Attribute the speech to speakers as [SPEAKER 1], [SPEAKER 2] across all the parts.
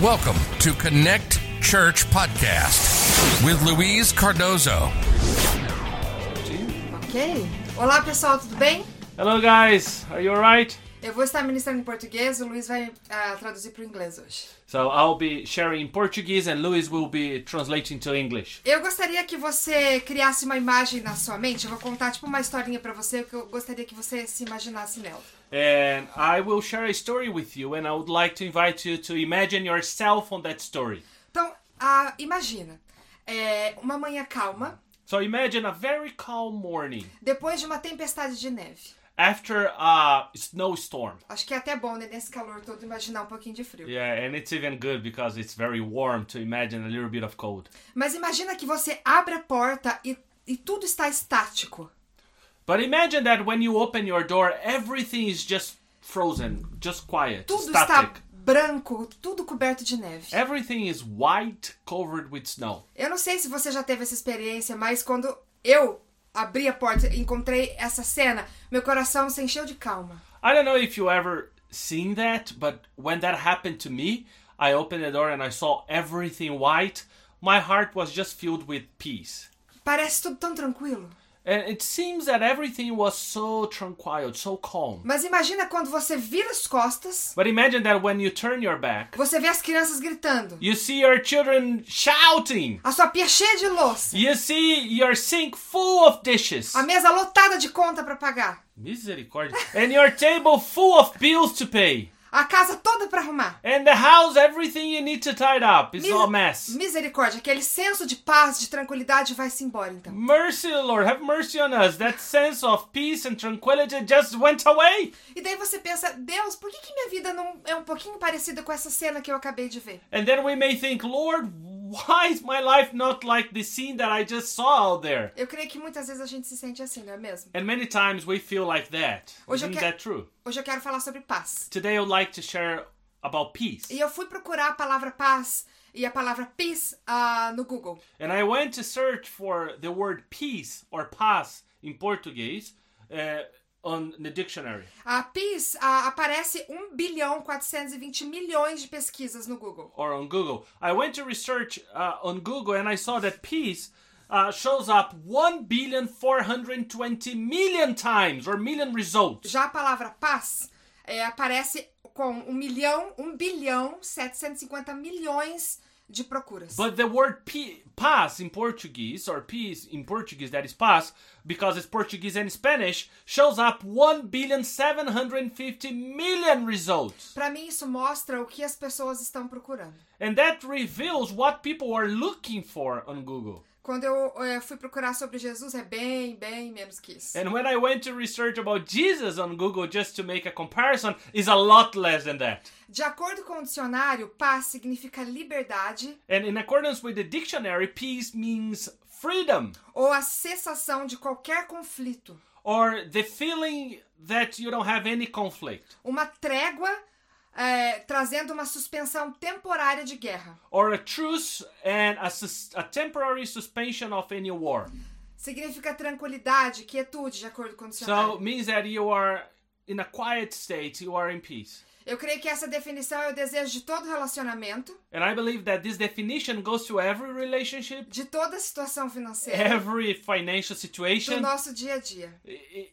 [SPEAKER 1] Welcome to Connect Church Podcast with Louise Cardozo.
[SPEAKER 2] Ok. Olá pessoal, tudo bem?
[SPEAKER 3] Hello, guys. Are you all right?
[SPEAKER 2] Eu vou estar ministrando em português, o Luiz vai ah, traduzir para o inglês hoje.
[SPEAKER 3] So I'll be sharing in Portuguese, and Luis will be translating to English.
[SPEAKER 2] Eu gostaria que você criasse uma imagem na sua mente. Eu vou contar tipo uma historinha para você que eu gostaria que você se imaginasse nela.
[SPEAKER 3] And I will share a story with you, and I would like to invite you to imagine yourself on that story.
[SPEAKER 2] Então, ah, imagina é, uma manhã calma,
[SPEAKER 3] So imagine a very calm morning
[SPEAKER 2] depois de uma tempestade de neve.
[SPEAKER 3] after a snowstorm.
[SPEAKER 2] Acho que é até bom né, nesse calor todo imaginar um pouquinho de frio.
[SPEAKER 3] Yeah, and it's even good because it's very warm to imagine a little bit of cold.
[SPEAKER 2] Mas imagina que você abre a porta e, e tudo está estático.
[SPEAKER 3] But imagine that when you open your door, everything is just frozen, just quiet,
[SPEAKER 2] Tudo
[SPEAKER 3] static.
[SPEAKER 2] está branco, tudo coberto de neve.
[SPEAKER 3] Everything is white, covered with snow.
[SPEAKER 2] Eu não sei se você já teve essa experiência, mas quando eu abri a porta e encontrei essa cena, meu coração se encheu de calma.
[SPEAKER 3] I don't know if you ever seen that, but when that happened to me, I opened the door and I saw everything white. My heart was just filled with peace.
[SPEAKER 2] Parece tudo tão tranquilo.
[SPEAKER 3] And it seems that everything was so tranquil, so calm.
[SPEAKER 2] Mas imagina quando você vira as costas,
[SPEAKER 3] But imagine that when you turn your back,
[SPEAKER 2] você vê as crianças gritando,
[SPEAKER 3] you see your children shouting.
[SPEAKER 2] a sua pia cheia de louça,
[SPEAKER 3] You see your sink full of dishes.
[SPEAKER 2] a mesa lotada de conta para pagar,
[SPEAKER 3] Misericordia. And your table full of bills to pay.
[SPEAKER 2] a casa toda para arrumar.
[SPEAKER 3] And the house, everything you need to tie up. It's all a mess.
[SPEAKER 2] Misericórdia, aquele senso de paz, de tranquilidade vai-se embora então.
[SPEAKER 3] Mercy, Lord, have mercy on us. That sense of peace and tranquility just went away.
[SPEAKER 2] E daí você pensa, Deus, por que, que minha vida não é um pouquinho parecida com essa cena que eu acabei de ver?
[SPEAKER 3] And then we may think, Lord, why is my life not like the scene that I just saw out there?
[SPEAKER 2] Eu creio que muitas vezes a gente se sente assim, não é mesmo?
[SPEAKER 3] And many times we feel like that.
[SPEAKER 2] Hoje eu
[SPEAKER 3] Isn't
[SPEAKER 2] que-
[SPEAKER 3] that true?
[SPEAKER 2] Hoje eu quero falar sobre paz.
[SPEAKER 3] Today I would like to share about peace.
[SPEAKER 2] E eu fui procurar a palavra paz e a palavra peace ah, no Google.
[SPEAKER 3] And I went to search for the word peace or paz in Portuguese uh, on the dictionary.
[SPEAKER 2] A peace ah, aparece 1 bilhão 420 milhões de pesquisas no Google.
[SPEAKER 3] or on Google. I went to research uh, on Google and I saw that peace uh, shows up 1,420,000,000 times or million results.
[SPEAKER 2] Já a palavra paz eh, aparece com 1 milhão, 1 bilhão 750 milhões de procuras.
[SPEAKER 3] But the word pe- paz in Portuguese, or peace in Portuguese, that is paz, because it's Portuguese and Spanish, shows up 1,750,000,000 results.
[SPEAKER 2] Pra mim isso mostra o que as pessoas estão procurando.
[SPEAKER 3] And that reveals what people are looking for on Google.
[SPEAKER 2] Quando eu eh, fui procurar sobre Jesus é bem, bem menos que isso.
[SPEAKER 3] And when I went to research about Jesus on Google just to make a comparison, is a lot less than that.
[SPEAKER 2] De acordo com o dicionário, paz significa liberdade,
[SPEAKER 3] And in accordance with the dictionary, peace means freedom
[SPEAKER 2] ou a cessação de qualquer conflito,
[SPEAKER 3] or the feeling that you don't have any conflict
[SPEAKER 2] uma trégua eh, trazendo uma suspensão temporária de guerra.
[SPEAKER 3] or a truce and a, sus- a temporary suspension of any war.
[SPEAKER 2] Significa tranquilidade, quietude, de acordo com o
[SPEAKER 3] So
[SPEAKER 2] dicionário.
[SPEAKER 3] it means that you are in a quiet state, you are in peace.
[SPEAKER 2] Eu creio que essa definição é o desejo de todo relacionamento,
[SPEAKER 3] And I believe that this definition goes to every relationship,
[SPEAKER 2] de toda situação financeira,
[SPEAKER 3] every financial
[SPEAKER 2] do
[SPEAKER 3] situation,
[SPEAKER 2] nosso dia a dia.
[SPEAKER 3] i- i-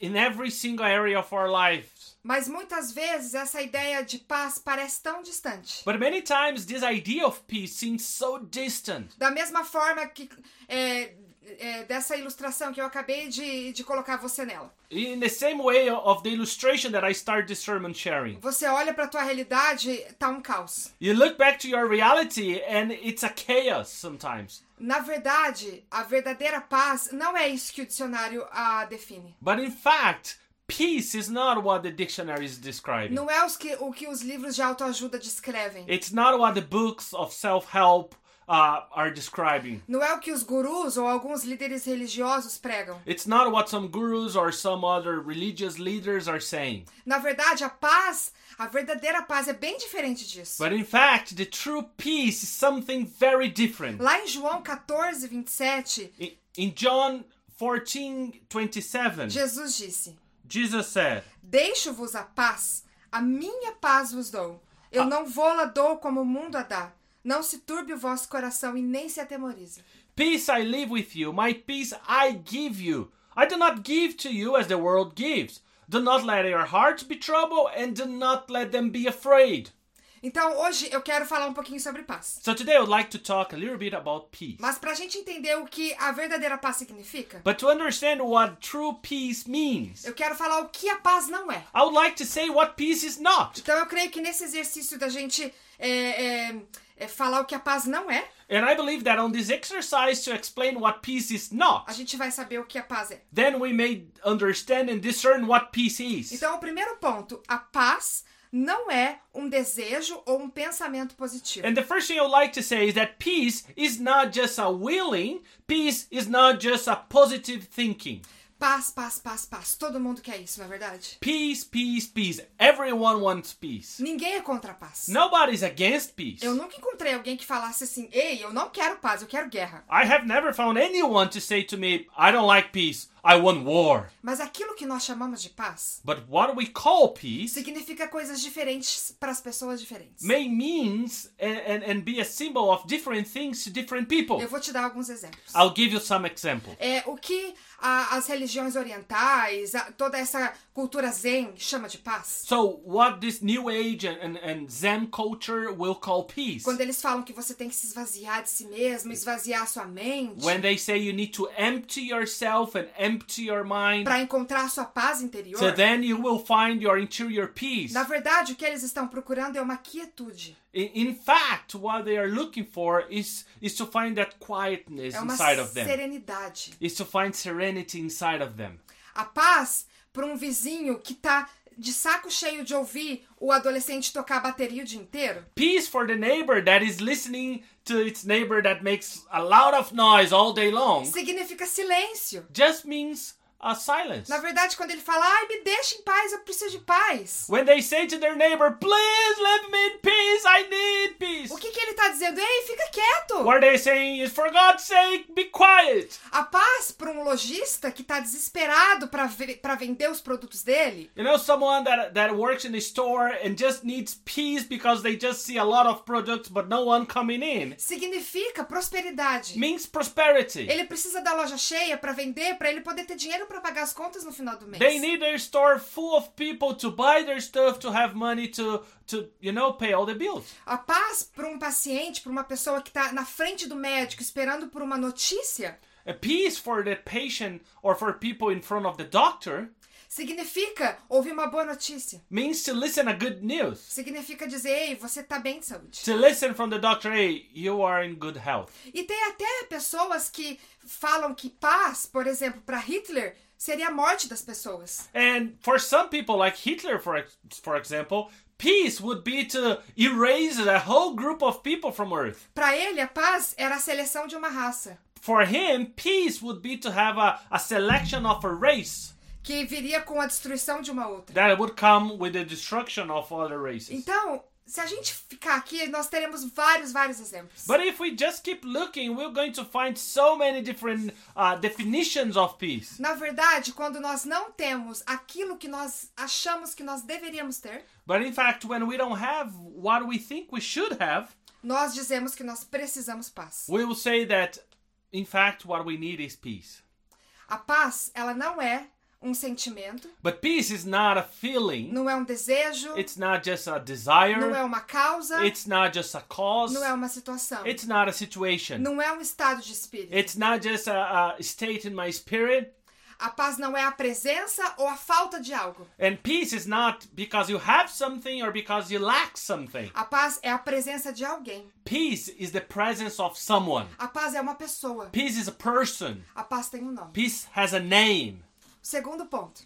[SPEAKER 3] in every single area of our lives.
[SPEAKER 2] Mas muitas vezes essa ideia de paz parece tão distante.
[SPEAKER 3] But many times this idea of peace seems so distant.
[SPEAKER 2] Da mesma forma que eh, eh, dessa ilustração que eu acabei de, de colocar você nela.
[SPEAKER 3] In the same way of the illustration that I start this sermon sharing.
[SPEAKER 2] Você olha para tua realidade, tá um caos.
[SPEAKER 3] You look back to your reality and it's a chaos sometimes.
[SPEAKER 2] Na verdade, a verdadeira paz não é isso que o dicionário a define.
[SPEAKER 3] But in fact, peace is not what the dictionary is describing.
[SPEAKER 2] Não é os que, o que os livros de autoajuda descrevem.
[SPEAKER 3] It's not what the books of self-help uh, are describing.
[SPEAKER 2] Não é o que os gurus ou alguns líderes religiosos pregam.
[SPEAKER 3] It's not what some gurus or some other religious leaders are saying.
[SPEAKER 2] Na verdade, a paz, a verdadeira paz é bem diferente disso.
[SPEAKER 3] But in fact, the true peace is something very different.
[SPEAKER 2] Lá em João 14, 27,
[SPEAKER 3] In, in John 14:27,
[SPEAKER 2] Jesus disse:
[SPEAKER 3] Jesus said,
[SPEAKER 2] Deixo-vos a paz, a minha paz vos dou. Eu não vou lá dou como o mundo a dá. Não se turbe o vosso coração e nem se atemorize.
[SPEAKER 3] Peace I leave with you, my peace I give you. I do not give to you as the world gives. Do not let your hearts be troubled, and do not let them be afraid.
[SPEAKER 2] Então, hoje eu quero falar um pouquinho sobre paz.
[SPEAKER 3] So today I would like to talk a little bit about peace.
[SPEAKER 2] Mas pra gente entender o que a verdadeira paz significa,
[SPEAKER 3] But to understand what true peace means,
[SPEAKER 2] eu quero falar o que a paz não é.
[SPEAKER 3] I would like to say what peace is not.
[SPEAKER 2] Então, eu creio que nesse exercício da gente é, é, é, falar o que a paz não é,
[SPEAKER 3] And I believe that on this exercise to explain what peace is
[SPEAKER 2] a
[SPEAKER 3] not,
[SPEAKER 2] gente vai saber o que a paz é.
[SPEAKER 3] then we may understand and discern what peace is.
[SPEAKER 2] Então, o primeiro ponto, a paz não é um desejo ou um pensamento positivo.
[SPEAKER 3] And the first thing I would like to say is that peace is not just a willing, peace is not just a positive thinking.
[SPEAKER 2] Paz, paz, paz, paz. Todo mundo quer isso, não é verdade?
[SPEAKER 3] Peace, peace, peace. Everyone wants peace.
[SPEAKER 2] Ninguém é contra a paz.
[SPEAKER 3] Nobody's against peace.
[SPEAKER 2] Eu nunca encontrei alguém que falasse assim: "Ei, eu não quero paz, eu quero guerra".
[SPEAKER 3] I have never found anyone to say to me, I don't like peace, I want war.
[SPEAKER 2] Mas aquilo que nós chamamos de paz
[SPEAKER 3] But what we call peace
[SPEAKER 2] significa coisas diferentes para as pessoas diferentes.
[SPEAKER 3] may means and, and, and be a symbol of different things to different people.
[SPEAKER 2] Eu vou te dar alguns exemplos.
[SPEAKER 3] I'll give you some example.
[SPEAKER 2] É o que a- as religiões orientais, a- toda essa cultura zen chama de paz.
[SPEAKER 3] So what this new age and, and, and Zen culture will call peace.
[SPEAKER 2] Quando eles falam que você tem que se esvaziar de si mesmo, esvaziar a sua mente
[SPEAKER 3] When they say you need to empty yourself and empty your mind,
[SPEAKER 2] para encontrar a sua paz interior.
[SPEAKER 3] so then you will find your interior peace.
[SPEAKER 2] Na verdade, o que eles estão procurando é uma quietude,
[SPEAKER 3] In, in fact, what they are looking for is is to find that quietness
[SPEAKER 2] é uma
[SPEAKER 3] inside of them.
[SPEAKER 2] serenidade.
[SPEAKER 3] Is to find serenity inside of them.
[SPEAKER 2] A paz para um vizinho que tá de saco cheio de ouvir o adolescente tocar a bateria o dia inteiro.
[SPEAKER 3] Peace for the neighbor that is listening to its neighbor that makes a lot of noise all day long.
[SPEAKER 2] Significa silêncio.
[SPEAKER 3] Just means a silence.
[SPEAKER 2] Na verdade, quando ele fala, ai, me deixa em paz, eu preciso de paz.
[SPEAKER 3] When they say to their neighbor, "Please let me in peace. I need peace."
[SPEAKER 2] O que, que ele tá dizendo? Ei, fica quieto!
[SPEAKER 3] What they saying is, "For God's sake, be quiet."
[SPEAKER 2] A paz para um lojista que tá desesperado para vender os produtos dele
[SPEAKER 3] You know, someone that that works in the store and just needs peace because they just see a lot of products but no one coming in
[SPEAKER 2] significa prosperidade.
[SPEAKER 3] means prosperity.
[SPEAKER 2] Ele precisa da loja cheia para vender, para ele poder ter dinheiro para pagar as contas no final do mês.
[SPEAKER 3] They need their store full of people to buy their stuff to have money to to you know pay all the bills.
[SPEAKER 2] A paz para um paciente, para uma pessoa que está na frente do médico esperando por uma notícia,
[SPEAKER 3] A peace for the patient or for people in front of the doctor
[SPEAKER 2] significa ouvir uma boa notícia.
[SPEAKER 3] means to listen a good news.
[SPEAKER 2] Significa dizer, ei, você está bem de saúde.
[SPEAKER 3] To listen from the doctor, hey, you are in good health.
[SPEAKER 2] E tem até pessoas que falam que paz, por exemplo, para Hitler, seria a morte das pessoas.
[SPEAKER 3] And for some people, like Hitler, for ex- for example, peace would be to erase a whole group of people from Earth.
[SPEAKER 2] Para ele, a paz era a seleção de uma raça,
[SPEAKER 3] For him, peace would be to have a, a selection of a race
[SPEAKER 2] que viria com a destruição de uma outra.
[SPEAKER 3] that would come with the destruction of other races.
[SPEAKER 2] Então, se a gente ficar aqui, nós teremos vários, vários exemplos.
[SPEAKER 3] But if we just keep looking, we're going to find so many different uh, definitions of peace.
[SPEAKER 2] Na verdade, quando nós não temos aquilo que nós achamos que nós deveríamos ter,
[SPEAKER 3] But in fact, when we don't have what we think we should have,
[SPEAKER 2] nós dizemos que nós precisamos paz.
[SPEAKER 3] we will say that, in fact, what we need is peace.
[SPEAKER 2] A paz, ela não é um sentimento,
[SPEAKER 3] But peace is not a feeling,
[SPEAKER 2] não é um desejo,
[SPEAKER 3] it's not just a
[SPEAKER 2] não é
[SPEAKER 3] desire,
[SPEAKER 2] uma causa,
[SPEAKER 3] it's not just a cause,
[SPEAKER 2] não é uma situação,
[SPEAKER 3] it's not a situation,
[SPEAKER 2] não é um estado de espírito.
[SPEAKER 3] it's not just a, a state in my spirit.
[SPEAKER 2] A paz não é a presença ou a falta de algo.
[SPEAKER 3] And peace is not because you have something or because you lack something.
[SPEAKER 2] A paz é a presença de alguém.
[SPEAKER 3] Peace is the presence of someone.
[SPEAKER 2] A paz é uma pessoa.
[SPEAKER 3] Peace is a person.
[SPEAKER 2] A paz tem um nome.
[SPEAKER 3] Peace has a name.
[SPEAKER 2] Segundo ponto.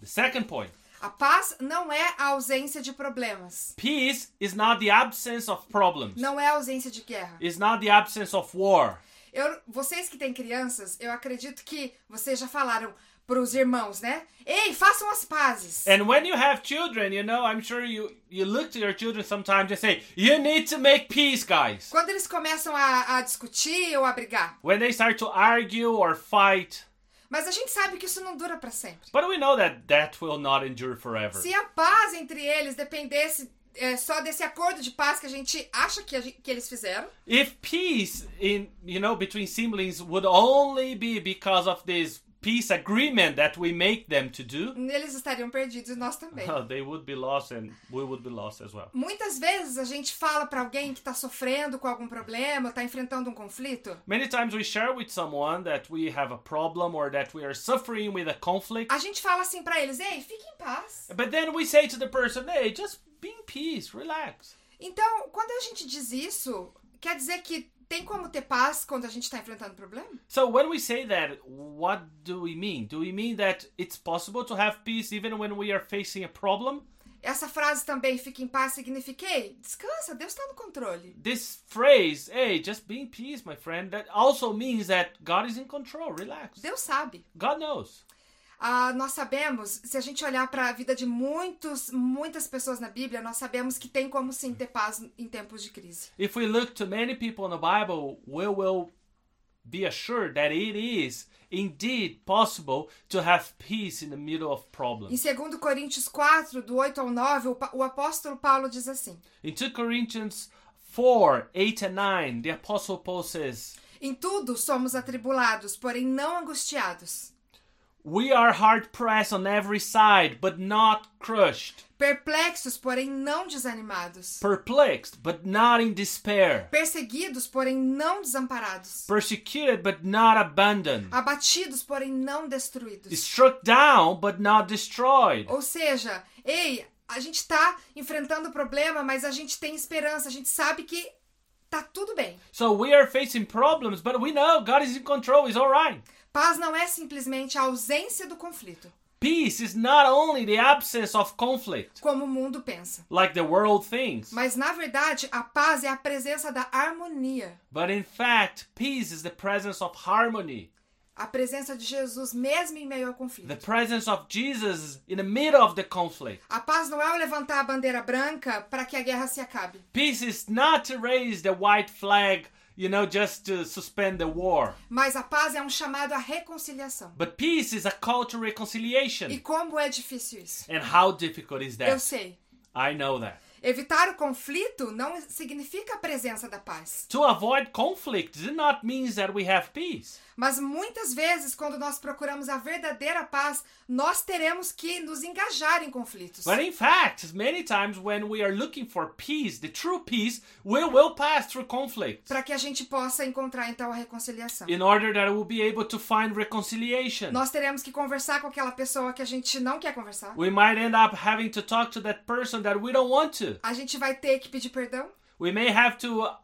[SPEAKER 3] The second point.
[SPEAKER 2] A paz não é a ausência de problemas.
[SPEAKER 3] Peace is not the absence of problems.
[SPEAKER 2] Não é a ausência de guerra.
[SPEAKER 3] It's not the absence of war.
[SPEAKER 2] Eu- vocês que têm crianças, eu acredito que vocês já falaram pros irmãos, né? Ei, façam as pazes.
[SPEAKER 3] And when you have children, you know, I'm sure you you look to your children sometimes and say, "You need to make peace, guys."
[SPEAKER 2] Quando eles começam a, a discutir ou a brigar.
[SPEAKER 3] When they start to argue or fight,
[SPEAKER 2] Mas a gente sabe que isso não dura pra sempre.
[SPEAKER 3] but we know that that will not endure forever.
[SPEAKER 2] Se a paz entre eles dependesse é, só desse acordo de paz que a gente acha que, a gen- que eles fizeram.
[SPEAKER 3] if peace in you know between siblings would only be because of this peace agreement that we make them to do
[SPEAKER 2] Eles estariam perdidos e nós também.
[SPEAKER 3] they would be lost and we would be lost as well
[SPEAKER 2] Muitas vezes a gente fala pra alguém que tá sofrendo com algum problema, tá enfrentando um conflito.
[SPEAKER 3] many times we share with someone that we have a problem or that we are suffering with a conflict
[SPEAKER 2] A gente fala assim pra eles: "Ei, fique em paz".
[SPEAKER 3] but then we say to the person hey just be in peace relax
[SPEAKER 2] Então, quando a gente diz isso, quer dizer que tem como ter paz quando a gente tá enfrentando problema?
[SPEAKER 3] so when we say that what do we mean do we mean that it's possible to have peace even when we are facing a problem
[SPEAKER 2] Essa frase também fique em paz significa: "Ei, descansa, Deus tá no controle".
[SPEAKER 3] this phrase, hey, just be in peace, my friend, that also means that God is in control. Relax.
[SPEAKER 2] Deus sabe.
[SPEAKER 3] God knows.
[SPEAKER 2] Ah, nós sabemos, se a gente olhar para a vida de muitos, muitas pessoas na Bíblia, nós sabemos que tem como sim ter paz em tempos de crise.
[SPEAKER 3] If we look to many people in the Bible, we will be assured that it is indeed possible to have peace in the middle of
[SPEAKER 2] Em
[SPEAKER 3] problems.
[SPEAKER 2] 2 Coríntios 4, do 8 ao 9, o, pa- o apóstolo Paulo diz assim:
[SPEAKER 3] In 2 Corinthians 4 8 and 9, the Apostle Paul says,
[SPEAKER 2] Em tudo somos atribulados, porém não angustiados,
[SPEAKER 3] We are hard pressed on every side, but not crushed,
[SPEAKER 2] perplexos, porém não desanimados,
[SPEAKER 3] perplexed, but not in despair,
[SPEAKER 2] perseguidos, porém não desamparados,
[SPEAKER 3] persecuted, but not abandoned.
[SPEAKER 2] abatidos, porém não destruídos.
[SPEAKER 3] struck down but not destroyed.
[SPEAKER 2] Ou seja, ei, a gente tá enfrentando o problema, mas a gente tem esperança, a gente sabe que tá tudo bem.
[SPEAKER 3] So we are facing problems, but we know God is in control, He's alright.
[SPEAKER 2] Paz não é simplesmente a ausência do conflito,
[SPEAKER 3] Peace is not only the absence of conflict,
[SPEAKER 2] como o mundo pensa.
[SPEAKER 3] like the world thinks,
[SPEAKER 2] Mas na verdade, a paz é a presença da harmonia,
[SPEAKER 3] but in fact, peace is the presence of harmony,
[SPEAKER 2] a presença de Jesus mesmo em meio ao
[SPEAKER 3] the
[SPEAKER 2] conflito.
[SPEAKER 3] presence of Jesus in the middle of the conflict.
[SPEAKER 2] A paz não é o levantar a bandeira branca para que a guerra se acabe.
[SPEAKER 3] Peace is not to raise the white flag, you know, just to suspend the war,
[SPEAKER 2] Mas a paz é um chamado à reconciliação.
[SPEAKER 3] but peace is a call to reconciliation.
[SPEAKER 2] E como é difícil isso?
[SPEAKER 3] And how difficult is
[SPEAKER 2] Eu
[SPEAKER 3] that?
[SPEAKER 2] sei.
[SPEAKER 3] I know that.
[SPEAKER 2] Evitar o conflito não significa a presença da paz.
[SPEAKER 3] To avoid conflict does not mean that we have peace.
[SPEAKER 2] Mas muitas vezes, quando nós procuramos a verdadeira paz, nós teremos que nos engajar em conflitos.
[SPEAKER 3] But in fact, many times when we are looking for peace, the true peace, we will pass through conflict
[SPEAKER 2] para que a gente possa encontrar então a reconciliação.
[SPEAKER 3] in order that we'll be able to find reconciliation.
[SPEAKER 2] Nós teremos que conversar com aquela pessoa que a gente não quer conversar.
[SPEAKER 3] We might end up having to talk to that person that we don't want to.
[SPEAKER 2] A gente vai ter que pedir perdão.
[SPEAKER 3] We may have to uh,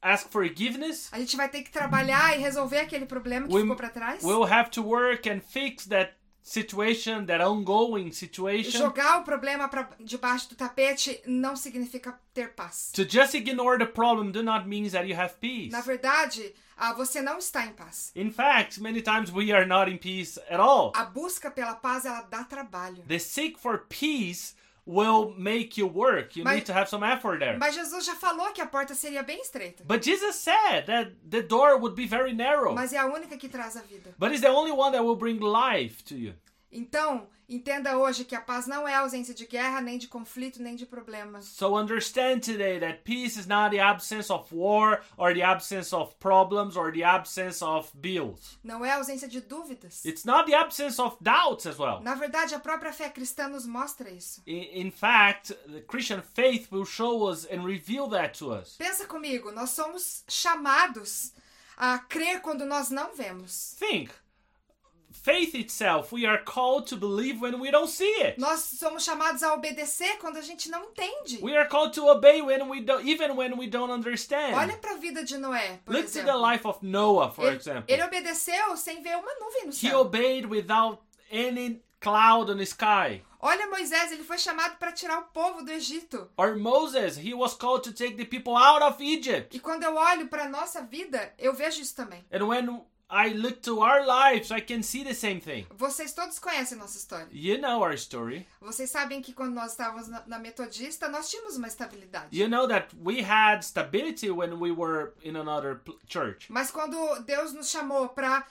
[SPEAKER 3] ask forgiveness.
[SPEAKER 2] A gente vai ter que trabalhar e resolver aquele problema que
[SPEAKER 3] We
[SPEAKER 2] ficou para trás.
[SPEAKER 3] will have to work and fix that situation, that ongoing situation.
[SPEAKER 2] Jogar o problema para debaixo do tapete não significa ter paz.
[SPEAKER 3] To just ignore the problem do not mean that you have peace.
[SPEAKER 2] Na verdade, ah, você não está em paz.
[SPEAKER 3] In fact, many times we are not in peace at all.
[SPEAKER 2] A busca pela paz ela dá trabalho.
[SPEAKER 3] The seek for peace will make you work. You
[SPEAKER 2] Mas-
[SPEAKER 3] need to have some effort there.
[SPEAKER 2] Mas Jesus já falou que a porta seria bem estreita,
[SPEAKER 3] But Jesus said that the door would be very narrow,
[SPEAKER 2] mas é a única que traz a vida.
[SPEAKER 3] but it's the only one that will bring life to you.
[SPEAKER 2] Então, entenda hoje que a paz não é ausência de guerra, nem de conflito, nem de problemas.
[SPEAKER 3] So understand today that peace is not the absence of war or the absence of problems or the absence of bills.
[SPEAKER 2] Não é ausência de dúvidas.
[SPEAKER 3] It's not the absence of doubts as well.
[SPEAKER 2] Na verdade, a própria fé cristã nos mostra isso.
[SPEAKER 3] I- In fact, the Christian faith will show us and reveal that to us.
[SPEAKER 2] Pensa comigo, nós somos chamados a crer quando nós não vemos.
[SPEAKER 3] Think. Faith itself, we are called to believe when we don't see it.
[SPEAKER 2] Nós somos chamados a obedecer quando a gente não entende.
[SPEAKER 3] We are called to obey when we don't, even when we don't
[SPEAKER 2] Olha
[SPEAKER 3] understand.
[SPEAKER 2] para a vida de Noé, por
[SPEAKER 3] Look to the
[SPEAKER 2] exemplo.
[SPEAKER 3] life of Noah, for
[SPEAKER 2] Ele, ele
[SPEAKER 3] example.
[SPEAKER 2] obedeceu sem ver uma nuvem no
[SPEAKER 3] He
[SPEAKER 2] céu.
[SPEAKER 3] obeyed without any cloud on the sky.
[SPEAKER 2] Olha Moisés, ele foi chamado para tirar o povo do Egito.
[SPEAKER 3] Or Moses, he was called to take the people out of Egypt.
[SPEAKER 2] E quando eu olho para nossa vida, eu vejo isso também.
[SPEAKER 3] And when I look to our lives, I can see the same thing.
[SPEAKER 2] Vocês todos conhecem nossa história.
[SPEAKER 3] You know our story.
[SPEAKER 2] Vocês sabem que quando nós estávamos na, na Metodista, nós tínhamos uma estabilidade.
[SPEAKER 3] You know that we had stability when we were in another pl- church.
[SPEAKER 2] Mas quando Deus nos chamou para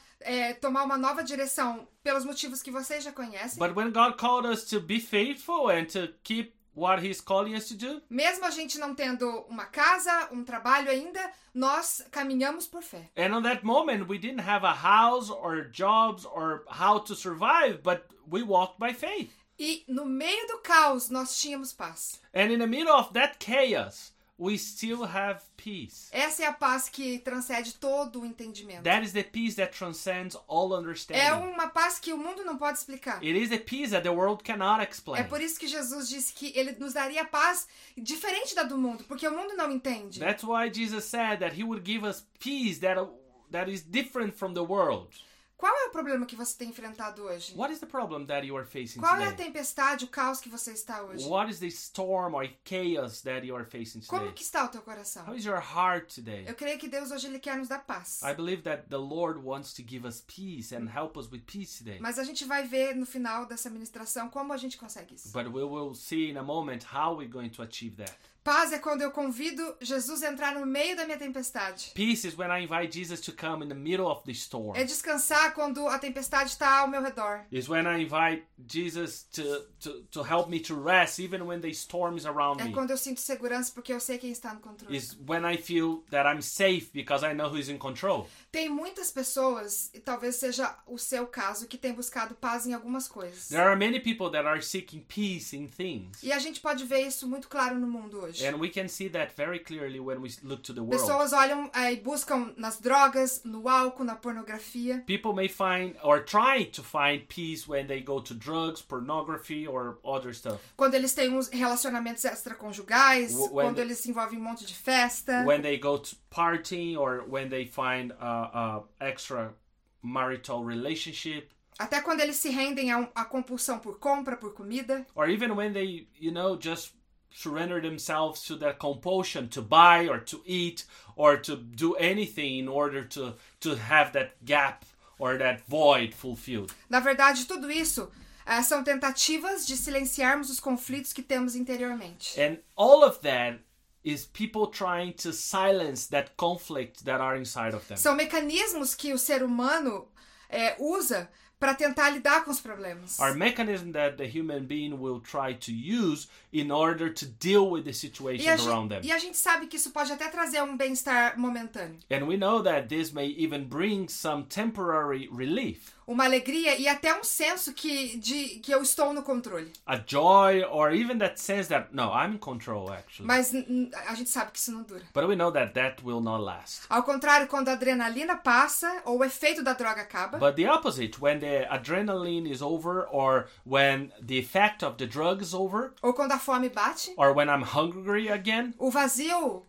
[SPEAKER 2] tomar uma nova direção, pelos motivos que vocês já conhecem,
[SPEAKER 3] But when God called us to be faithful and to keep what he's calling us to do.
[SPEAKER 2] Mesmo a gente não tendo uma casa, um trabalho ainda, nós caminhamos por fé.
[SPEAKER 3] And on that moment, we didn't have a house or jobs or how to survive, but we walked by faith.
[SPEAKER 2] E no meio do caos nós tínhamos paz.
[SPEAKER 3] And in the middle of that chaos, we still have peace.
[SPEAKER 2] Essa é a paz que transcende todo o entendimento.
[SPEAKER 3] That is the peace that transcends all
[SPEAKER 2] É
[SPEAKER 3] understanding.
[SPEAKER 2] uma paz que o mundo não pode explicar.
[SPEAKER 3] It is the peace that the world cannot
[SPEAKER 2] É
[SPEAKER 3] explain.
[SPEAKER 2] por isso que Jesus disse que ele nos daria paz diferente da do mundo, porque o mundo não entende.
[SPEAKER 3] That's why Jesus said that he would give us peace that that is different from the world.
[SPEAKER 2] Qual é o problema que você tem enfrentado hoje?
[SPEAKER 3] What is the problem that you are facing
[SPEAKER 2] Qual é a
[SPEAKER 3] today?
[SPEAKER 2] tempestade, o caos que você está hoje?
[SPEAKER 3] What is the storm or chaos that you are facing today?
[SPEAKER 2] Como que está o teu
[SPEAKER 3] How
[SPEAKER 2] coração?
[SPEAKER 3] is your heart today?
[SPEAKER 2] Eu creio que Deus hoje ele quer nos dar paz.
[SPEAKER 3] I believe that the Lord wants to give us peace and help us with peace today.
[SPEAKER 2] Mas a gente vai ver no final dessa ministração como a gente consegue isso.
[SPEAKER 3] But we will see in a moment how we're going to achieve that.
[SPEAKER 2] Paz é quando eu convido Jesus a entrar no meio da minha tempestade.
[SPEAKER 3] Peace is when I invite Jesus to come in the middle of the storm.
[SPEAKER 2] É descansar quando a tempestade está ao meu redor.
[SPEAKER 3] Is when I invite Jesus to, to, to help me to rest even when the storm is around
[SPEAKER 2] É
[SPEAKER 3] me.
[SPEAKER 2] quando eu sinto segurança porque eu sei quem está no controle.
[SPEAKER 3] Is when I feel that I'm safe because I know who's in control.
[SPEAKER 2] Tem muitas pessoas, e talvez seja o seu caso, que tem buscado paz em algumas coisas.
[SPEAKER 3] There are many people that are seeking peace in things.
[SPEAKER 2] E a gente pode ver isso muito claro no mundo hoje.
[SPEAKER 3] And we can see that very clearly when we look to the world.
[SPEAKER 2] Pessoas olham é, e buscam nas drogas, no álcool, na pornografia.
[SPEAKER 3] People may find or try to find peace when they go to drugs, pornography, or other stuff.
[SPEAKER 2] Quando eles têm uns relacionamentos extraconjugais,
[SPEAKER 3] Wh- when
[SPEAKER 2] quando
[SPEAKER 3] the-
[SPEAKER 2] eles se envolvem em um monte de festa.
[SPEAKER 3] When they go to party or when they find uh, uh, extra marital relationship,
[SPEAKER 2] Até quando eles se rendem a, um- a compulsão por compra, por comida.
[SPEAKER 3] or even when they, you know, just surrender themselves to that compulsion to buy or to eat or to do anything in order to to have that gap or that void fulfilled.
[SPEAKER 2] Na verdade, tudo isso é, são tentativas de silenciarmos os conflitos que temos interiormente.
[SPEAKER 3] And all of that is people trying to silence that conflict that are inside of them.
[SPEAKER 2] São mecanismos que o ser humano é, usa para tentar lidar com os problemas.
[SPEAKER 3] Are mechanism that the human being will try to use in order to deal with the
[SPEAKER 2] E a,
[SPEAKER 3] situations around them.
[SPEAKER 2] gente, e a gente sabe que isso pode até trazer um bem-estar momentâneo,
[SPEAKER 3] And we know that this may even bring some temporary relief,
[SPEAKER 2] uma alegria e até um senso que, de que eu estou no controle.
[SPEAKER 3] a joy, or even that sense that, no, I'm in control actually.
[SPEAKER 2] Mas n- n- a gente sabe que isso não dura.
[SPEAKER 3] But we know that that will not last.
[SPEAKER 2] Ao contrário, quando a adrenalina passa ou o efeito da droga acaba,
[SPEAKER 3] But the opposite, when the adrenaline is over, or when the effect of the drug is over,
[SPEAKER 2] ou quando a fome bate,
[SPEAKER 3] or when I'm hungry again,
[SPEAKER 2] o vazio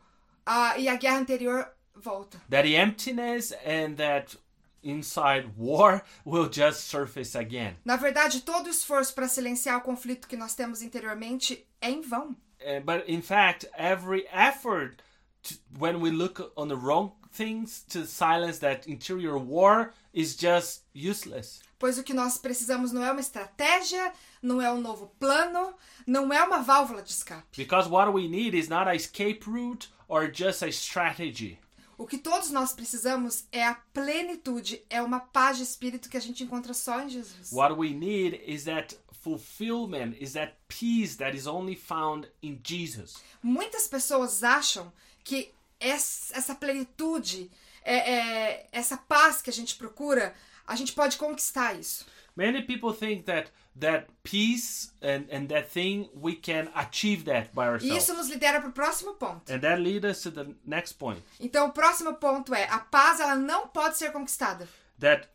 [SPEAKER 2] ah, e a guerra anterior volta.
[SPEAKER 3] that the emptiness and that inside war will just surface again.
[SPEAKER 2] Na verdade, todo o esforço para silenciar o conflito que nós temos interiormente é em vão.
[SPEAKER 3] Uh, but in fact, every effort to, when we look on the wrong things to silence that interior war is just useless.
[SPEAKER 2] Pois o que nós precisamos não é uma estratégia, não é um novo plano, não é uma válvula de escape.
[SPEAKER 3] Because what we need is not an escape route or just a strategy.
[SPEAKER 2] O que todos nós precisamos é a plenitude, é uma paz de espírito que a gente encontra só em Jesus.
[SPEAKER 3] What we need is that fulfillment, is that peace that is only found in Jesus.
[SPEAKER 2] Muitas pessoas acham que es- essa plenitude, é- é- essa paz que a gente procura, a gente pode conquistar isso.
[SPEAKER 3] Many people think that that peace and, and that thing we can achieve that by
[SPEAKER 2] E
[SPEAKER 3] ourselves.
[SPEAKER 2] isso nos lidera para o próximo ponto.
[SPEAKER 3] And that leads us to the next point
[SPEAKER 2] Então, o próximo ponto é: a paz ela não pode ser conquistada.
[SPEAKER 3] that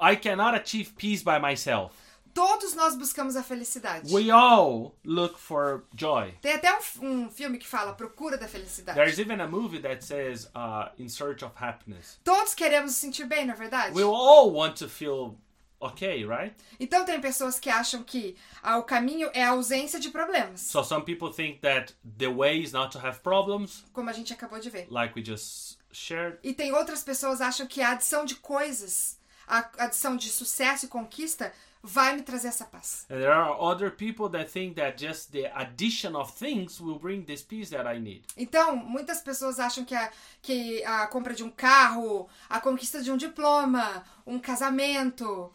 [SPEAKER 3] I cannot achieve peace by myself.
[SPEAKER 2] Todos nós buscamos a felicidade.
[SPEAKER 3] We all look for joy.
[SPEAKER 2] Tem até um, f- um filme que fala Procura da
[SPEAKER 3] There's
[SPEAKER 2] Felicidade.
[SPEAKER 3] even a movie that says uh, In Search of Happiness.
[SPEAKER 2] Todos queremos nos sentir bem, na é verdade?
[SPEAKER 3] We all want to feel okay, right?
[SPEAKER 2] Então, tem pessoas que acham que ah, o caminho é a ausência de problemas,
[SPEAKER 3] So some people think that the way is not to have problems,
[SPEAKER 2] como a gente acabou de ver.
[SPEAKER 3] like we just shared.
[SPEAKER 2] E tem outras pessoas acham que a adição de coisas, a adição de sucesso e conquista, vai me trazer essa paz.
[SPEAKER 3] And there are other people that think that just the addition of things will bring this peace that I need.
[SPEAKER 2] Então, muitas pessoas acham que a, que a compra de um carro, a conquista de um diploma, um casamento,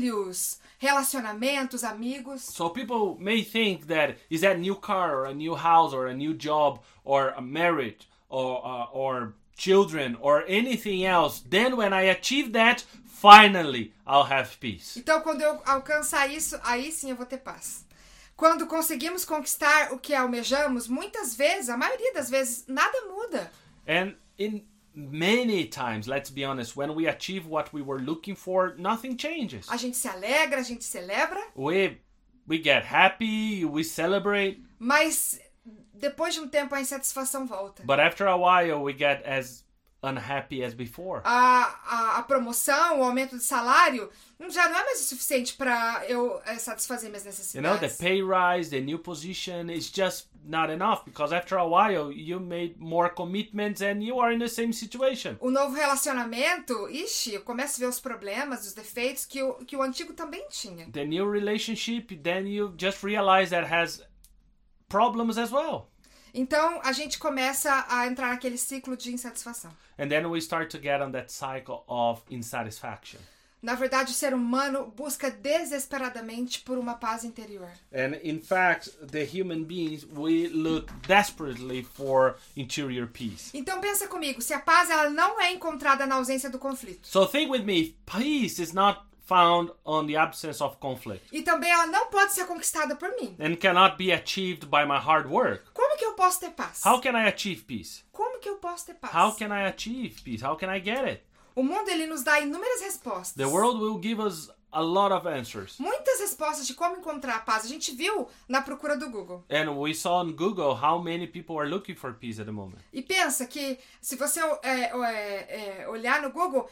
[SPEAKER 2] filhos, relacionamentos, amigos.
[SPEAKER 3] So people may think that is that new car or a new house or a new job or a marriage or uh, or children or anything else. Then when I achieve that, finally I'll have peace.
[SPEAKER 2] Então, quando eu alcançar isso, aí sim eu vou ter paz. Quando conseguimos conquistar o que almejamos, muitas vezes, a maioria das vezes, nada muda.
[SPEAKER 3] And in many times, let's be honest, when we achieve what we were looking for, nothing changes.
[SPEAKER 2] A gente se alegra, a gente celebra,
[SPEAKER 3] We we get happy, we celebrate,
[SPEAKER 2] mas depois de um tempo a insatisfação volta.
[SPEAKER 3] but after a while we get as unhappy as before.
[SPEAKER 2] Ah, A, a, a promoção, o aumento de salário, hum, já não é mais o suficiente para eu eh, satisfazer minhas
[SPEAKER 3] You know, the
[SPEAKER 2] necessidades.
[SPEAKER 3] pay rise, the new position is just not enough because after a while you made more commitments and you are in the same situation.
[SPEAKER 2] O novo relacionamento, ixi, eu começo a ver os problemas, os defeitos que o, que o antigo também tinha.
[SPEAKER 3] The new relationship, then you just realize that has problems as well.
[SPEAKER 2] Então a gente começa a entrar naquele ciclo de insatisfação.
[SPEAKER 3] And then we start to get on that cycle of insatisfaction.
[SPEAKER 2] Na verdade, o ser humano busca desesperadamente por uma paz interior.
[SPEAKER 3] And in fact, the human beings, we look desperately for interior peace.
[SPEAKER 2] Então pensa comigo, se a paz ela não é encontrada na ausência do conflito,
[SPEAKER 3] So think with me, peace is not found on the absence of conflict
[SPEAKER 2] e também ela não pode ser conquistada por mim,
[SPEAKER 3] and cannot be achieved by my hard work.
[SPEAKER 2] como que eu posso ter paz?
[SPEAKER 3] How can I achieve peace?
[SPEAKER 2] Como que eu posso ter paz?
[SPEAKER 3] How can I achieve peace? How can I get it?
[SPEAKER 2] O mundo ele nos dá inúmeras respostas.
[SPEAKER 3] The world will give us a lot of answers.
[SPEAKER 2] Muitas respostas de como encontrar a paz. A gente viu na procura do Google.
[SPEAKER 3] And we saw on Google how many people are looking for peace at the moment.
[SPEAKER 2] E pensa que se você é, é, é, olhar no Google,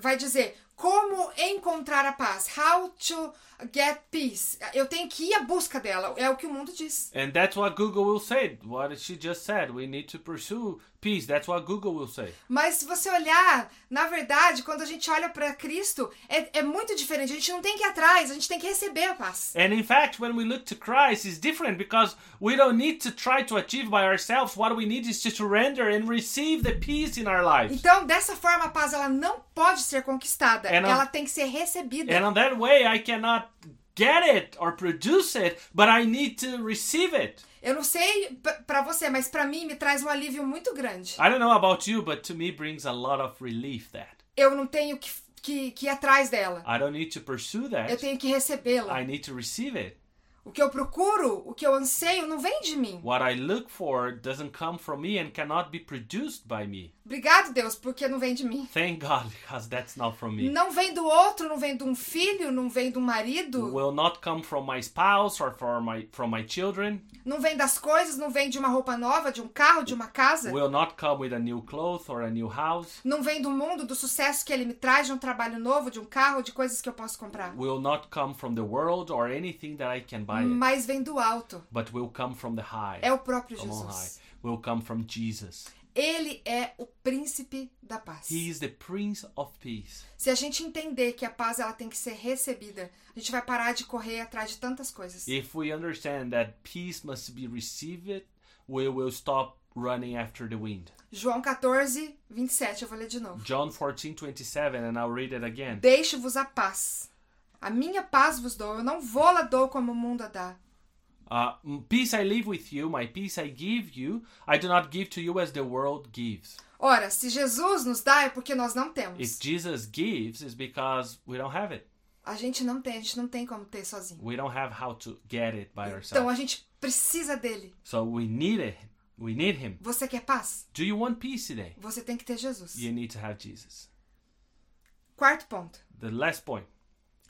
[SPEAKER 2] vai dizer como encontrar a paz. How to get peace. Eu tenho que ir à busca dela. É o que o mundo diz.
[SPEAKER 3] And that's what Google will say. What she just said. We need to pursue peace. That's what Google will say.
[SPEAKER 2] Mas se você olhar, na verdade, quando a gente olha para Cristo, é, é muito diferente. A gente não tem que ir atrás, a gente tem que receber a paz.
[SPEAKER 3] And in fact, when we look to Christ, it's different because we don't need to try to achieve by ourselves. What we need is to surrender and receive the peace in our lives.
[SPEAKER 2] Então, dessa forma, a paz ela não pode ser conquistada.
[SPEAKER 3] É, não. É,
[SPEAKER 2] Ela tem que ser recebida.
[SPEAKER 3] And on that way, I cannot get it or produce it, but I need to receive it.
[SPEAKER 2] Eu não sei p- pra você, mas pra mim me traz um alívio muito grande.
[SPEAKER 3] I don't know about you, but to me brings a lot of relief that
[SPEAKER 2] Eu não tenho que, que, que ir atrás dela.
[SPEAKER 3] I don't need to pursue
[SPEAKER 2] Eu
[SPEAKER 3] that.
[SPEAKER 2] tenho que recebê-la.
[SPEAKER 3] I need to receive it.
[SPEAKER 2] O que eu procuro, o que eu anseio, não vem de mim.
[SPEAKER 3] What I look for doesn't come from me and cannot be produced by me.
[SPEAKER 2] Obrigado, Deus, porque não vem de mim.
[SPEAKER 3] Thank God, because that's not from me.
[SPEAKER 2] Não vem do outro, não vem de um filho, não vem de um marido,
[SPEAKER 3] Will not come from my spouse or from my from my children.
[SPEAKER 2] não vem das coisas, não vem de uma roupa nova, de um carro, de uma casa,
[SPEAKER 3] will not come with a new cloth or a new house
[SPEAKER 2] não vem do mundo, do sucesso que ele me traz, de um trabalho novo, de um carro, de coisas que eu posso comprar.
[SPEAKER 3] will not come from the world or anything that i can buy it,
[SPEAKER 2] Mas vem do alto.
[SPEAKER 3] but will come from the high
[SPEAKER 2] É o próprio
[SPEAKER 3] from on high
[SPEAKER 2] Jesus.
[SPEAKER 3] will come from jesus
[SPEAKER 2] Ele é o príncipe da paz.
[SPEAKER 3] he is the prince of peace
[SPEAKER 2] Se a gente entender que a paz ela tem que ser recebida, a gente vai parar de correr atrás de tantas coisas.
[SPEAKER 3] if we understand that peace must be received we will stop running after the wind
[SPEAKER 2] João 14, 27, eu vou ler de novo.
[SPEAKER 3] john 14 27 and i'll read it again
[SPEAKER 2] Deixo-vos a paz. A minha paz vos dou, eu não vou la dou como o mundo a dá.
[SPEAKER 3] uh, peace i leave with you my peace i give you i do not give to you as the world gives
[SPEAKER 2] Ora, se Jesus nos dá é porque nós não
[SPEAKER 3] if
[SPEAKER 2] temos.
[SPEAKER 3] jesus gives it's because we don't have it
[SPEAKER 2] A gente não tem, a gente não tem como ter sozinho.
[SPEAKER 3] we don't have how to get it by
[SPEAKER 2] Então a
[SPEAKER 3] ourselves.
[SPEAKER 2] gente precisa dele.
[SPEAKER 3] So we need it. We need him.
[SPEAKER 2] Você quer paz?
[SPEAKER 3] Do you want peace today?
[SPEAKER 2] Você tem que ter Jesus.
[SPEAKER 3] You need to have Jesus.
[SPEAKER 2] Quarto ponto.
[SPEAKER 3] The last point.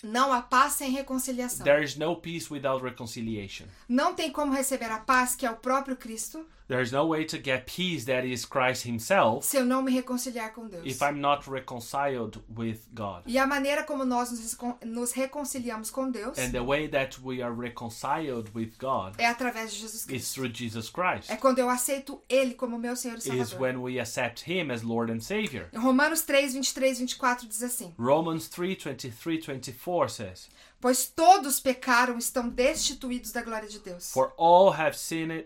[SPEAKER 2] Não há paz sem reconciliação.
[SPEAKER 3] There is no peace without reconciliation.
[SPEAKER 2] Não tem como receber a paz que é o próprio Cristo
[SPEAKER 3] There is no way to get peace that is Christ himself
[SPEAKER 2] se eu não me reconciliar com Deus.
[SPEAKER 3] if I'm not reconciled with God.
[SPEAKER 2] E a maneira como nós nos, recon- nos reconciliamos com Deus
[SPEAKER 3] And the way that we are reconciled with God
[SPEAKER 2] é através de Jesus
[SPEAKER 3] is
[SPEAKER 2] Cristo.
[SPEAKER 3] through Jesus Christ.
[SPEAKER 2] É quando eu aceito Ele como meu Senhor e
[SPEAKER 3] Is
[SPEAKER 2] Salvador.
[SPEAKER 3] when we accept him as Lord and Savior.
[SPEAKER 2] Em Romanos 3, 23, 24 diz assim:
[SPEAKER 3] Romans 3 23 24 says,
[SPEAKER 2] Pois todos pecaram e estão destituídos da glória de Deus.
[SPEAKER 3] For all have sinned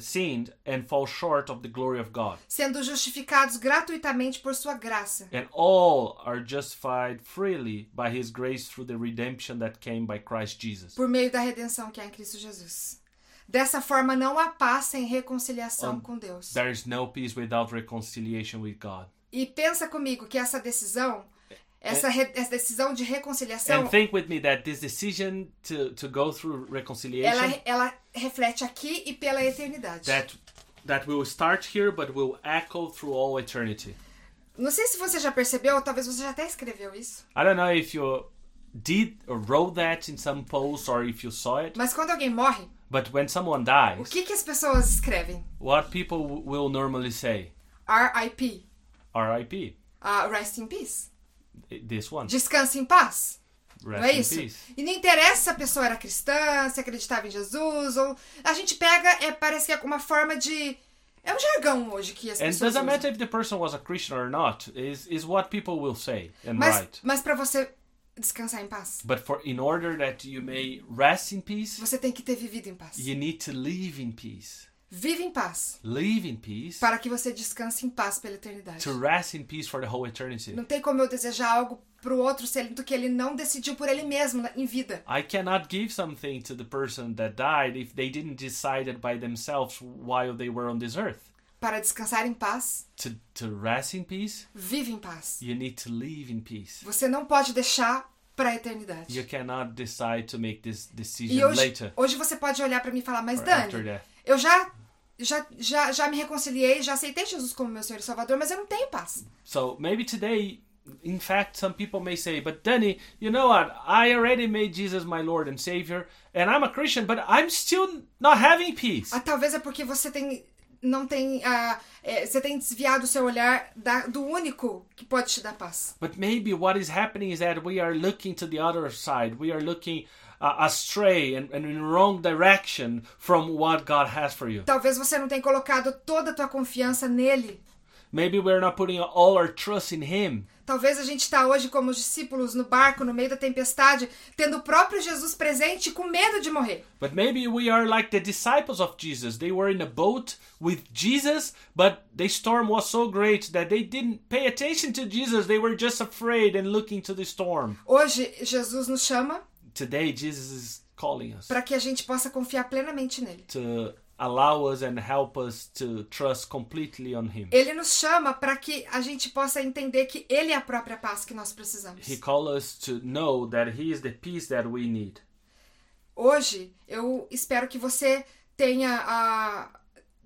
[SPEAKER 3] sinned and fall short of the glory of God.
[SPEAKER 2] sendo justificados gratuitamente por sua graça.
[SPEAKER 3] And all are justified freely by his grace through the redemption that came by Christ Jesus.
[SPEAKER 2] por meio da redenção que há em Cristo Jesus. Dessa forma, não há paz sem reconciliação com Deus.
[SPEAKER 3] There is no peace without reconciliation with God.
[SPEAKER 2] E pensa comigo que essa decisão, essa, re- essa decisão de reconciliação,
[SPEAKER 3] And think with me that this decision to, to go through reconciliation
[SPEAKER 2] ela, ela reflete aqui e pela eternidade.
[SPEAKER 3] that that will start here but will echo through all eternity.
[SPEAKER 2] Não sei se você já percebeu, talvez você já até escreveu isso,
[SPEAKER 3] I don't know if you did or wrote that in some post or if you saw it,
[SPEAKER 2] mas quando alguém morre,
[SPEAKER 3] but when someone
[SPEAKER 2] o
[SPEAKER 3] dies,
[SPEAKER 2] que, que as pessoas escrevem?
[SPEAKER 3] what people w- will normally say,
[SPEAKER 2] R.I.P.
[SPEAKER 3] RIP,
[SPEAKER 2] ah, rest in peace.
[SPEAKER 3] this one,
[SPEAKER 2] Descanse em paz. Não é
[SPEAKER 3] rest
[SPEAKER 2] isso?
[SPEAKER 3] in peace.
[SPEAKER 2] E não interessa se a pessoa era cristã, se acreditava em Jesus, ou. A gente pega, é, parece que é uma forma de. É um jargão hoje que as pessoas.
[SPEAKER 3] And É, doesn't
[SPEAKER 2] Usam.
[SPEAKER 3] matter if the person was a Christian or not, is is what people will say and
[SPEAKER 2] Mas,
[SPEAKER 3] write.
[SPEAKER 2] mas para você descansar em paz,
[SPEAKER 3] But for in order that you may rest in peace,
[SPEAKER 2] você tem que ter vivido em paz.
[SPEAKER 3] you need to live in peace.
[SPEAKER 2] Vive em paz.
[SPEAKER 3] Live in peace
[SPEAKER 2] Para que você descanse em paz pela eternidade.
[SPEAKER 3] to rest in peace for the whole eternity.
[SPEAKER 2] Não tem como eu desejar algo pro outro sendo que ele não decidiu por ele mesmo na- em vida.
[SPEAKER 3] I cannot give something to the person that died if they didn't decide it by themselves while they were on this earth.
[SPEAKER 2] Para descansar em paz,
[SPEAKER 3] To to rest in peace,
[SPEAKER 2] vive em paz.
[SPEAKER 3] you need to live in peace.
[SPEAKER 2] Você não pode deixar para a
[SPEAKER 3] You
[SPEAKER 2] eternidade.
[SPEAKER 3] cannot decide to make this decision
[SPEAKER 2] E hoje,
[SPEAKER 3] later.
[SPEAKER 2] hoje você pode olhar para mim e falar, mas
[SPEAKER 3] Or
[SPEAKER 2] Dani,
[SPEAKER 3] after death.
[SPEAKER 2] eu já, já, já, já me reconciliei, já aceitei Jesus como meu Senhor e Salvador, mas eu não tenho paz.
[SPEAKER 3] So maybe today, in fact, some people may say, but Danny, you know what? I already made Jesus my Lord and Savior, and I'm a Christian, but I'm still not having peace.
[SPEAKER 2] Ah, talvez é porque você tem não tem ah, é, você tem desviado o seu olhar da- do único que pode te dar paz.
[SPEAKER 3] But maybe what is happening is that we are looking to the other side. We are looking uh, astray and, and in wrong direction from what God has for you.
[SPEAKER 2] Talvez você não tenha colocado toda a tua confiança nele.
[SPEAKER 3] Maybe we're not putting all our trust in Him.
[SPEAKER 2] Talvez a gente está hoje como os discípulos no barco no meio da tempestade, tendo o próprio Jesus presente com medo de morrer.
[SPEAKER 3] But maybe we are like the disciples of Jesus. They were in a boat with Jesus, but the storm was so great that they didn't pay attention to Jesus. They were just afraid and looking to the storm.
[SPEAKER 2] Hoje Jesus nos chama
[SPEAKER 3] Today, Jesus is calling us
[SPEAKER 2] para que a gente possa confiar plenamente nele.
[SPEAKER 3] to allow us and help us to trust completely on Him.
[SPEAKER 2] Ele nos chama para que a gente possa entender que Ele é a própria paz que nós precisamos.
[SPEAKER 3] He calls us to know that He is the peace that we need.
[SPEAKER 2] Hoje, eu espero que você tenha ah,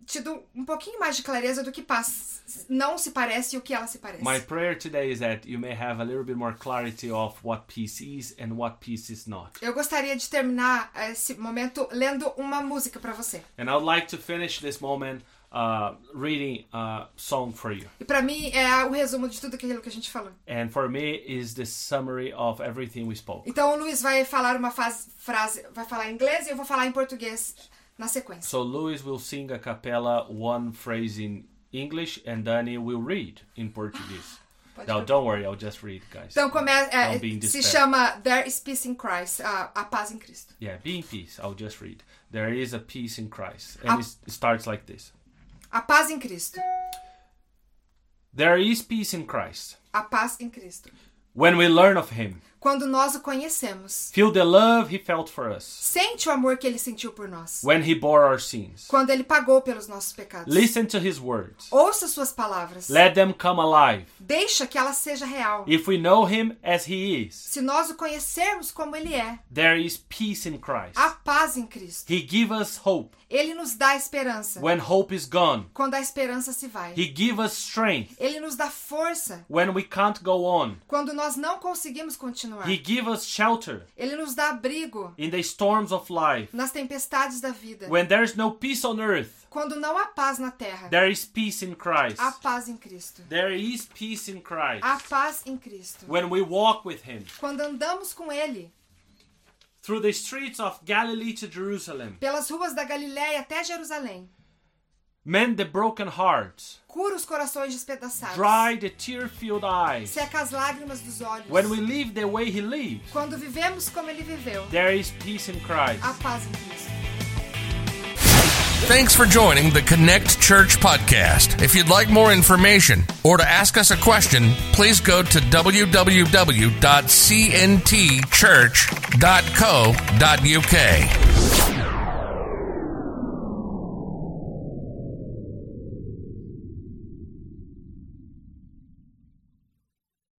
[SPEAKER 2] tido um pouquinho mais de clareza do que paz não se parece e o que ela se parece.
[SPEAKER 3] My prayer today is that you may have a little bit more clarity of what peace is and what peace is not.
[SPEAKER 2] Eu gostaria de terminar eh, esse momento lendo uma música para você.
[SPEAKER 3] And I would like to finish this moment uh, reading a song for you.
[SPEAKER 2] E para mim é o resumo de tudo aquilo que a gente falou.
[SPEAKER 3] And for me is the summary of everything we spoke.
[SPEAKER 2] Então o Luiz vai falar uma fase- frase, vai falar em inglês e eu vou falar em português na sequência.
[SPEAKER 3] So Luis will sing a cappella one phrase in English and Danny will read in Portuguese. Now don't worry, I'll just read, guys.
[SPEAKER 2] Então come é,
[SPEAKER 3] Don't be in
[SPEAKER 2] se
[SPEAKER 3] despair.
[SPEAKER 2] chama There is Peace in Christ, a, a paz em Cristo.
[SPEAKER 3] Yeah, be in peace. I'll just read. There is a peace in Christ.
[SPEAKER 2] Ah.
[SPEAKER 3] And it's- it starts like this.
[SPEAKER 2] A paz em Cristo.
[SPEAKER 3] There is peace in Christ.
[SPEAKER 2] A paz em Cristo.
[SPEAKER 3] When we learn of him,
[SPEAKER 2] Quando nós o conhecemos,
[SPEAKER 3] feel the love he felt for us
[SPEAKER 2] sente o amor que ele sentiu por nós.
[SPEAKER 3] when he bore our sins.
[SPEAKER 2] Quando ele pagou pelos nossos pecados.
[SPEAKER 3] Listen to his words.
[SPEAKER 2] Ouça suas palavras.
[SPEAKER 3] Let them come alive.
[SPEAKER 2] Deixa que ela seja real.
[SPEAKER 3] If we know him as he is,
[SPEAKER 2] Se nós o conhecermos como ele é,
[SPEAKER 3] there is peace in Christ.
[SPEAKER 2] a paz em Cristo.
[SPEAKER 3] He give us hope
[SPEAKER 2] Ele nos dá esperança
[SPEAKER 3] when hope is gone.
[SPEAKER 2] quando a esperança se vai.
[SPEAKER 3] He give us strength
[SPEAKER 2] Ele nos dá força
[SPEAKER 3] when we can't go on.
[SPEAKER 2] quando nós não conseguimos continuar.
[SPEAKER 3] He give us shelter
[SPEAKER 2] Ele nos dá abrigo
[SPEAKER 3] in the storms of life.
[SPEAKER 2] nas tempestades da vida.
[SPEAKER 3] When there is no peace on earth,
[SPEAKER 2] Quando não há paz na terra,
[SPEAKER 3] there is peace in Christ.
[SPEAKER 2] há paz em Cristo.
[SPEAKER 3] There is peace in Christ.
[SPEAKER 2] Há paz em Cristo.
[SPEAKER 3] When we walk with him
[SPEAKER 2] Quando andamos com ele,
[SPEAKER 3] through the streets of Galilee to Jerusalem,
[SPEAKER 2] pelas ruas da Galiléia até Jerusalém,
[SPEAKER 3] mend the broken hearts,
[SPEAKER 2] cura os corações despedaçados,
[SPEAKER 3] dry the tear-filled eyes.
[SPEAKER 2] seca as lágrimas dos olhos.
[SPEAKER 3] When we live the way he lives,
[SPEAKER 2] Quando vivemos como ele viveu,
[SPEAKER 3] there is peace in Christ.
[SPEAKER 2] há paz em Cristo.
[SPEAKER 1] Thanks for joining the Connect Church podcast. If you'd like more information or to ask us a question, please go to www.cntchurch.co.uk.